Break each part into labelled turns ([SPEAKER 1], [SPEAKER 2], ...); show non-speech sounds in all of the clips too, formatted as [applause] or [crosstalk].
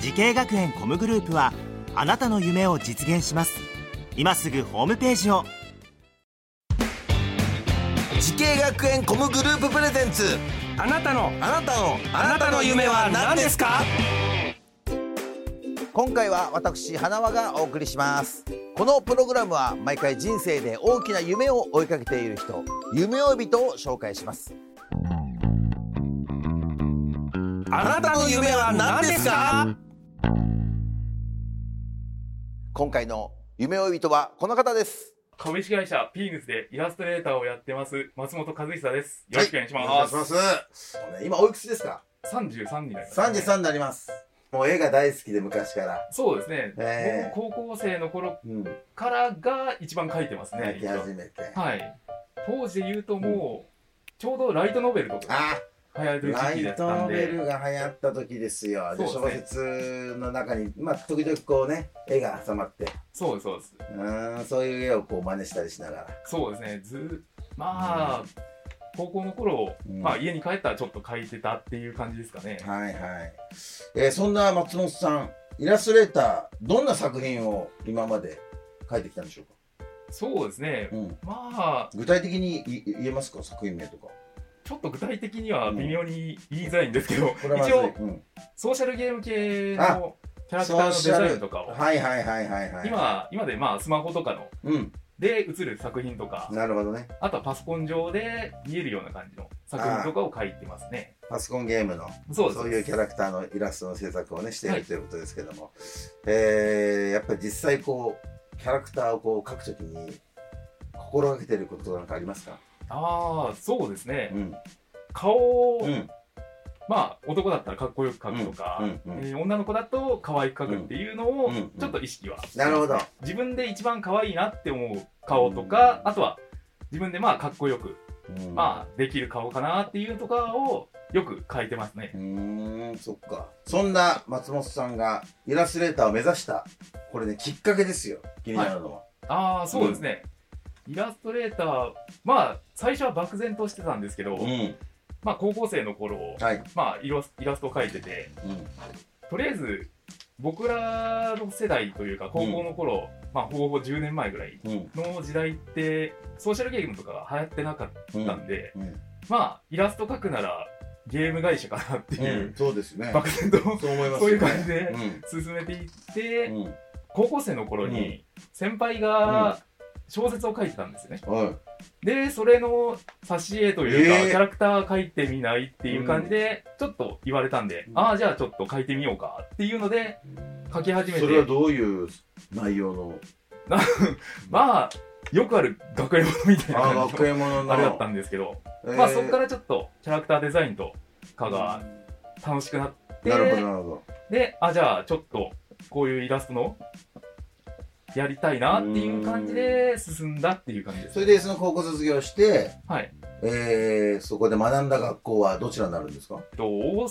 [SPEAKER 1] 時系学園コムグループはあなたの夢を実現します今すぐホームページを
[SPEAKER 2] 時系学園コムグループプレゼンツ
[SPEAKER 3] あなたの
[SPEAKER 2] あなたの
[SPEAKER 3] あなたの夢は何ですか
[SPEAKER 2] 今回は私花輪がお送りしますこのプログラムは毎回人生で大きな夢を追いかけている人夢追い人を紹介します
[SPEAKER 3] あなたの夢は何ですか
[SPEAKER 2] 今回の夢追い人はこの方です
[SPEAKER 4] 株式会社ピーヌスでイラストレーターをやってます松本和久です。よろしくお願いします。
[SPEAKER 2] お願いします今おいくつですか
[SPEAKER 4] 三十三になります、
[SPEAKER 2] 三十。三になりますもう絵が大好きで昔から
[SPEAKER 4] そうですね。
[SPEAKER 2] ええ
[SPEAKER 4] 僕高校生の頃
[SPEAKER 2] うん
[SPEAKER 4] からが一番描いてますね
[SPEAKER 2] 描。き
[SPEAKER 4] 一
[SPEAKER 2] 始
[SPEAKER 4] 応
[SPEAKER 2] めて
[SPEAKER 4] はい。当時で言うともう、ちょうどライトノベルとか
[SPEAKER 2] あ
[SPEAKER 4] 流行る
[SPEAKER 2] ラ
[SPEAKER 4] 時期だ
[SPEAKER 2] イ
[SPEAKER 4] っ
[SPEAKER 2] ト
[SPEAKER 4] た
[SPEAKER 2] ノ
[SPEAKER 4] ん
[SPEAKER 2] ベ
[SPEAKER 4] で。
[SPEAKER 2] ルが流行った時ですよで
[SPEAKER 4] そう
[SPEAKER 2] 小
[SPEAKER 4] で
[SPEAKER 2] 説の中にまあ時々こうね絵が挟まって
[SPEAKER 4] そうですそうです。
[SPEAKER 2] うーんそういう絵をこう真似したりしながら
[SPEAKER 4] そうですね。ずまあ、高校の頃、
[SPEAKER 2] うん
[SPEAKER 4] まあ家に帰ったらちょっと描いてたっていう感じですかね。
[SPEAKER 2] はいはい、えーそんな松本さんイラストレーターどんな作品を今まで描いてきたんでしょうか、
[SPEAKER 4] そうですね。
[SPEAKER 2] うん、
[SPEAKER 4] まあ、
[SPEAKER 2] 具体的にい言えますか作品名とか
[SPEAKER 4] ちょっと具体的には微妙に言いづらいんですけど、
[SPEAKER 2] これはまず
[SPEAKER 4] 一
[SPEAKER 2] い、
[SPEAKER 4] 応、
[SPEAKER 2] うん、
[SPEAKER 4] ソーシャルゲーム系
[SPEAKER 2] あ
[SPEAKER 4] のキャラクターのデザインとかを、
[SPEAKER 2] はいはいはいはいはい
[SPEAKER 4] 今、今でまあスマホとかの
[SPEAKER 2] うん
[SPEAKER 4] で映る作品とか、
[SPEAKER 2] なるほどね
[SPEAKER 4] あとはパソコン上で見えるような感じの作品とかを描いてますね。
[SPEAKER 2] パソコンゲームの
[SPEAKER 4] そうです。
[SPEAKER 2] そういうキャラクターのイラストの制作をねしているということですけども、えーやっぱり実際こうキャラクターをこう描くときに心がけてることなんかありますか、
[SPEAKER 4] ああ、そうですね
[SPEAKER 2] う。ん
[SPEAKER 4] 顔を、
[SPEAKER 2] うん
[SPEAKER 4] まあ男だったらかっこよく描くとか、
[SPEAKER 2] うんうんうん
[SPEAKER 4] えー女の子だと可愛く描くっていうのを
[SPEAKER 2] うんうん、
[SPEAKER 4] ちょっと意識は、
[SPEAKER 2] なるほど
[SPEAKER 4] 自分で一番可愛いなって思う顔とか、
[SPEAKER 2] うん
[SPEAKER 4] あとは自分でまあかっこよく
[SPEAKER 2] うん
[SPEAKER 4] まあ、できる顔かなっていうとかをよく書いてますね
[SPEAKER 2] う。ーん、そっか。そんな松本さんがイラストレーターを目指した、これね、きっかけですよ。気になるのは。
[SPEAKER 4] ああ、そうですね。イラストレーター、まあ、最初は漠然としてたんですけど、
[SPEAKER 2] うん。
[SPEAKER 4] まあ、高校生の頃、
[SPEAKER 2] はい。
[SPEAKER 4] まあ、イラスイラストを描いてて、とりあえず、僕らの世代というか、高校の頃、まあ、ほぼほぼ10年前ぐらい
[SPEAKER 2] うん。うん。
[SPEAKER 4] の時代って、ソーシャルゲームとかが流行ってなかったんで、
[SPEAKER 2] うん。
[SPEAKER 4] まあ、イラスト描くなら、ゲーム会社かなっていう、
[SPEAKER 2] うん。そうですね。
[SPEAKER 4] 漠然と
[SPEAKER 2] そう思いますよね。
[SPEAKER 4] そういう感じで
[SPEAKER 2] うん。
[SPEAKER 4] 進めていって、
[SPEAKER 2] うん。
[SPEAKER 4] 高校生の頃に先輩が小説を書いてたんですよね、
[SPEAKER 2] はい。
[SPEAKER 4] でそれの挿絵というか、
[SPEAKER 2] えー
[SPEAKER 4] キャラクター書いてみないっていう感じでちょっと言われたんで、
[SPEAKER 2] うん
[SPEAKER 4] ああじゃあちょっと書いてみようかっていうので書き始め
[SPEAKER 2] それは
[SPEAKER 4] て
[SPEAKER 2] どういう内容の
[SPEAKER 4] まあよくある学園ものみたいな感
[SPEAKER 2] あ、
[SPEAKER 4] じ
[SPEAKER 2] 学
[SPEAKER 4] の
[SPEAKER 2] 園ものの。
[SPEAKER 4] あれだったんですけど、
[SPEAKER 2] えー
[SPEAKER 4] まあそこからちょっとキャラクターデザインとかが楽しくなって
[SPEAKER 2] なるほど、なるほど。
[SPEAKER 4] であじゃあちょっとこういうイラストのやりたいなっていう感じで進んだっていう感じです
[SPEAKER 2] それで、その高校卒業して、
[SPEAKER 4] はい
[SPEAKER 2] えー、そこで学んだ学校はどちらになるんですか
[SPEAKER 4] えっと大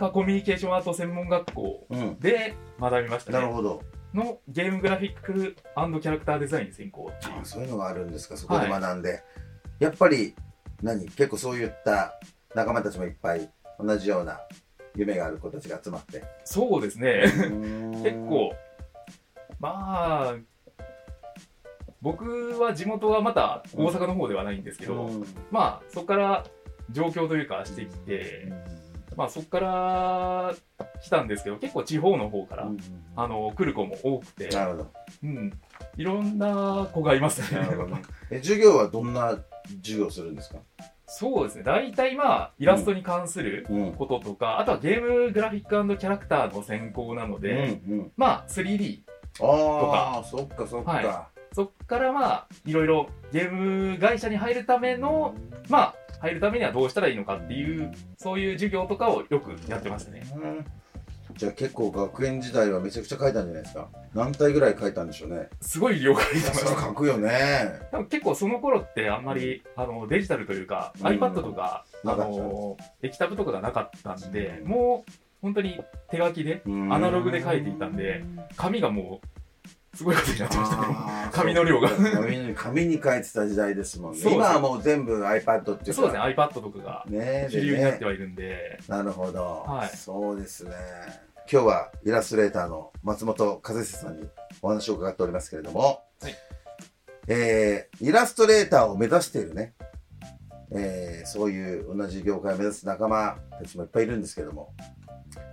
[SPEAKER 4] 阪コミュニケーションアート専門学校
[SPEAKER 2] うん。
[SPEAKER 4] で学びました
[SPEAKER 2] なる
[SPEAKER 4] ね
[SPEAKER 2] ほど。
[SPEAKER 4] のゲームグラフィックキャラクターデザイン専攻っていう
[SPEAKER 2] あそういうのがあるんですかそこで学んで、やっぱり何結構そういった仲間たちもいっぱい同じような夢がある子たちが集まって
[SPEAKER 4] そうですね
[SPEAKER 2] 結
[SPEAKER 4] 結構まあ僕は地元はまた大阪の方ではないんですけど、まあそこから上京というかしてきて、まあそこから来たんですけど結構地方の方から、あの来る子も多くて、
[SPEAKER 2] なるほど
[SPEAKER 4] うん、いろんな子がいますね
[SPEAKER 2] なるほど [laughs] え授業はどんな授業するんですか、
[SPEAKER 4] [laughs] そうですね大体まあイラストに関する
[SPEAKER 2] うん
[SPEAKER 4] こととか、あとはゲームグラフィックキャラクターの専攻なので、
[SPEAKER 2] うんうん、
[SPEAKER 4] まあ 3D
[SPEAKER 2] ああそっかそっか、
[SPEAKER 4] はそっからまあいろいろゲーム会社に入るためのまあ入るためにはどうしたらいいのかっていうそういう授業とかをよくやってましたね
[SPEAKER 2] うんじゃあ結構学園時代はめちゃくちゃ書いたんじゃないですか何体ぐらい書いたんでしょうね
[SPEAKER 4] すごい量が出てま
[SPEAKER 2] そ
[SPEAKER 4] し
[SPEAKER 2] れ [laughs]
[SPEAKER 4] た
[SPEAKER 2] 書くよね
[SPEAKER 4] 多分結構その頃ってあんまり、あのデジタルというか、
[SPEAKER 2] うん
[SPEAKER 4] iPad とか、
[SPEAKER 2] な
[SPEAKER 4] あ
[SPEAKER 2] かった
[SPEAKER 4] の液タブとかがなかったんで、もう本当に手書きでア
[SPEAKER 2] ア
[SPEAKER 4] ナログで書いていたんで紙がもうすごいことになってましたね紙
[SPEAKER 2] 紙
[SPEAKER 4] の量が
[SPEAKER 2] 紙に紙に書いてた時代ですもんね
[SPEAKER 4] そうです
[SPEAKER 2] 今はもう全部 iPad ってい
[SPEAKER 4] そう
[SPEAKER 2] うか
[SPEAKER 4] ですね iPad とかが
[SPEAKER 2] ね
[SPEAKER 4] 主
[SPEAKER 2] で
[SPEAKER 4] 流になって
[SPEAKER 2] ね
[SPEAKER 4] はいるんで
[SPEAKER 2] なるほど、
[SPEAKER 4] はい
[SPEAKER 2] そうですね今日はイラストレーターの松本和久さんにお話を伺っておりますけれども、
[SPEAKER 4] はい
[SPEAKER 2] えーイラストレーターを目指しているね、えーそういう同じ業界を目指す仲間たちもいっぱいいるんですけれども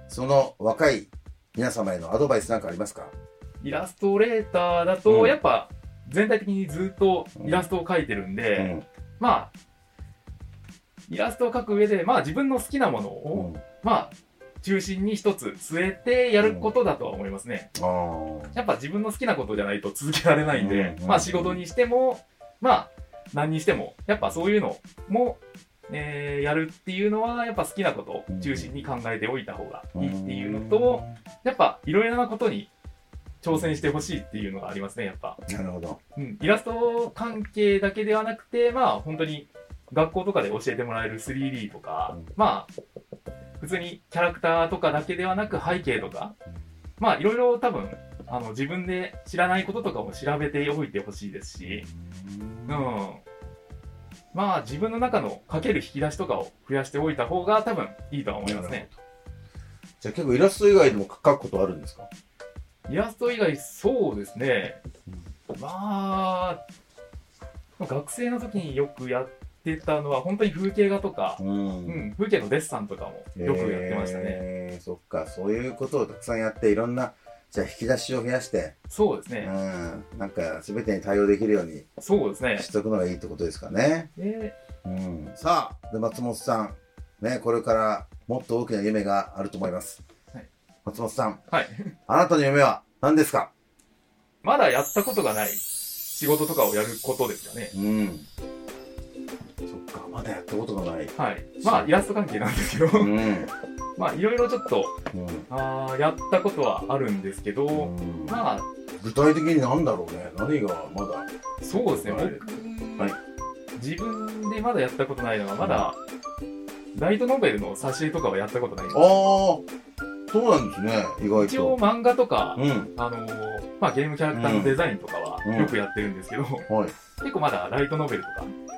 [SPEAKER 2] その若い皆様へのアドバイスなんかありますか
[SPEAKER 4] イラストレーターだ
[SPEAKER 2] う
[SPEAKER 4] と
[SPEAKER 2] ん
[SPEAKER 4] やっぱ全体的にずっとイラストを描いてるんで、まあイラストを描く上でまあ自分の好きなもの
[SPEAKER 2] う
[SPEAKER 4] を、
[SPEAKER 2] ん
[SPEAKER 4] まあ中心に一つ据えてやることだとは思いますね、
[SPEAKER 2] あー
[SPEAKER 4] やっぱ自分の好きなことじゃないと続けられないんで、
[SPEAKER 2] うんうん
[SPEAKER 4] まあ仕事にしても、まあ何にしても、やっぱそういうのも、えーやるっていうのは、やっぱ好きなことを中心に考えておいた方がいいっていうのと、やっぱいろいろなことに挑戦してほしいっていうのがありますね、やっぱ。
[SPEAKER 2] なるほど
[SPEAKER 4] うん、イラスト関係だけではなくて、まあ本当に学校とかで教えてもらえる 3D とか、
[SPEAKER 2] うん
[SPEAKER 4] まあ普通にキャラクターとかだけではなく背景とか、まあいろいろ多分あの自分で知らないこととかも調べておいてほしいですし、うん、まあ自分の中のかける引き出しとかを増やしておいた方が多分いいとは思いますね。
[SPEAKER 2] じゃあ結構イラスト以外でも書くことあるんですか
[SPEAKER 4] イラスト以外そうですね、まあ学生の時によくやってたのは本当に風景画とか、
[SPEAKER 2] うん
[SPEAKER 4] うん、風景のデッサンとかもよくやってましたね、
[SPEAKER 2] えーそっかそういうことをたくさんやっていろんなじゃあ引き出しを増やして、
[SPEAKER 4] そうです
[SPEAKER 2] う
[SPEAKER 4] ね、
[SPEAKER 2] ん、なんか全てに対応できるように
[SPEAKER 4] そうですね
[SPEAKER 2] しとくのがいいってことですかね、
[SPEAKER 4] で
[SPEAKER 2] うん、さあで松本さん、ね、これからもっと大きな夢があると思います、
[SPEAKER 4] はい
[SPEAKER 2] 松本さん
[SPEAKER 4] はい
[SPEAKER 2] あなたの夢は何ですか、
[SPEAKER 4] まだやったことがない仕事とかをやることですよね
[SPEAKER 2] うん、そっかまだやったこと
[SPEAKER 4] [laughs]
[SPEAKER 2] がない、
[SPEAKER 4] はいまあイラスト関係なんですけど [laughs]
[SPEAKER 2] うんうん
[SPEAKER 4] まあいろいろちょっとあーやったことはあるんですけど、
[SPEAKER 2] うん
[SPEAKER 4] まあ
[SPEAKER 2] 具体的に何だろうね何がまだ
[SPEAKER 4] そうですね、
[SPEAKER 2] はい
[SPEAKER 4] 僕、
[SPEAKER 2] はい
[SPEAKER 4] 自分でまだやったことないのは、まだ、ライトノベルの挿絵とかはやったことないん
[SPEAKER 2] ああ
[SPEAKER 4] です。
[SPEAKER 2] そうなんですね意外と
[SPEAKER 4] 一応漫画とか、
[SPEAKER 2] うん
[SPEAKER 4] あのーまあ、ゲームキャラクターのデザインとか
[SPEAKER 2] うん
[SPEAKER 4] はよくやってるんですけど、 [laughs]
[SPEAKER 2] はい
[SPEAKER 4] 結構まだライトノベルとか、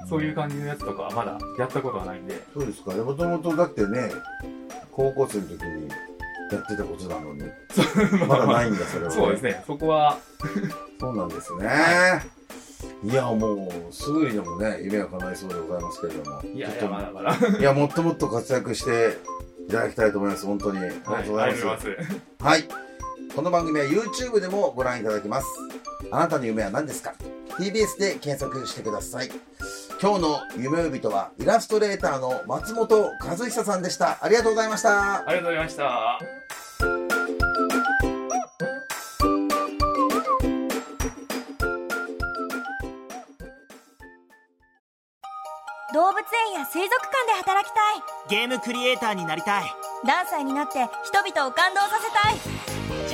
[SPEAKER 4] そういう感じのやつとかはまだやったことはないんで、
[SPEAKER 2] そうですかもともとだってね高校生の時にやってたことなのにまだないんだそれは、
[SPEAKER 4] そうですね、そこは、
[SPEAKER 2] そうなんですねいやもうすぐにでもね夢が叶いそうでございますけれども
[SPEAKER 4] いやい
[SPEAKER 2] ちょ
[SPEAKER 4] や、
[SPEAKER 2] っ
[SPEAKER 4] まだまだ。
[SPEAKER 2] [laughs]
[SPEAKER 4] はい、
[SPEAKER 2] といやもっともっと活躍していただきたいと思います本当にありが
[SPEAKER 4] あ
[SPEAKER 2] と
[SPEAKER 4] り
[SPEAKER 2] うご
[SPEAKER 4] が
[SPEAKER 2] ざい
[SPEAKER 4] と
[SPEAKER 2] ま
[SPEAKER 4] うご
[SPEAKER 2] す
[SPEAKER 4] ざいます。
[SPEAKER 2] はいこの番組は YouTube でもご覧いただけますあなたの夢は何ですか TBS で検索してください今日の夢呼人はイラストレーターの松本和久さんでしたありがとうございました
[SPEAKER 4] ありがとうございました。
[SPEAKER 5] 動物園や水族館で働きたい
[SPEAKER 1] ゲームクリエイターになりたい
[SPEAKER 5] 何歳になって人々を感動させた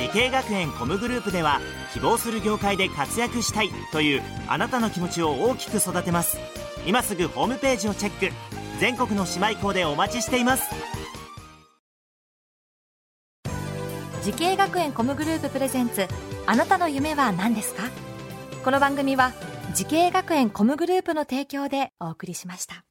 [SPEAKER 5] い
[SPEAKER 1] 時系学園コムグループでは希望する業界で活躍したいというあなたの気持ちを大きく育てます今すぐホームページをチェック全国の姉妹校でお待ちしています
[SPEAKER 6] 時系学園コムグループプレゼンツあなたの夢は何ですかこの番組は時系学園コムグループの提供でお送りしました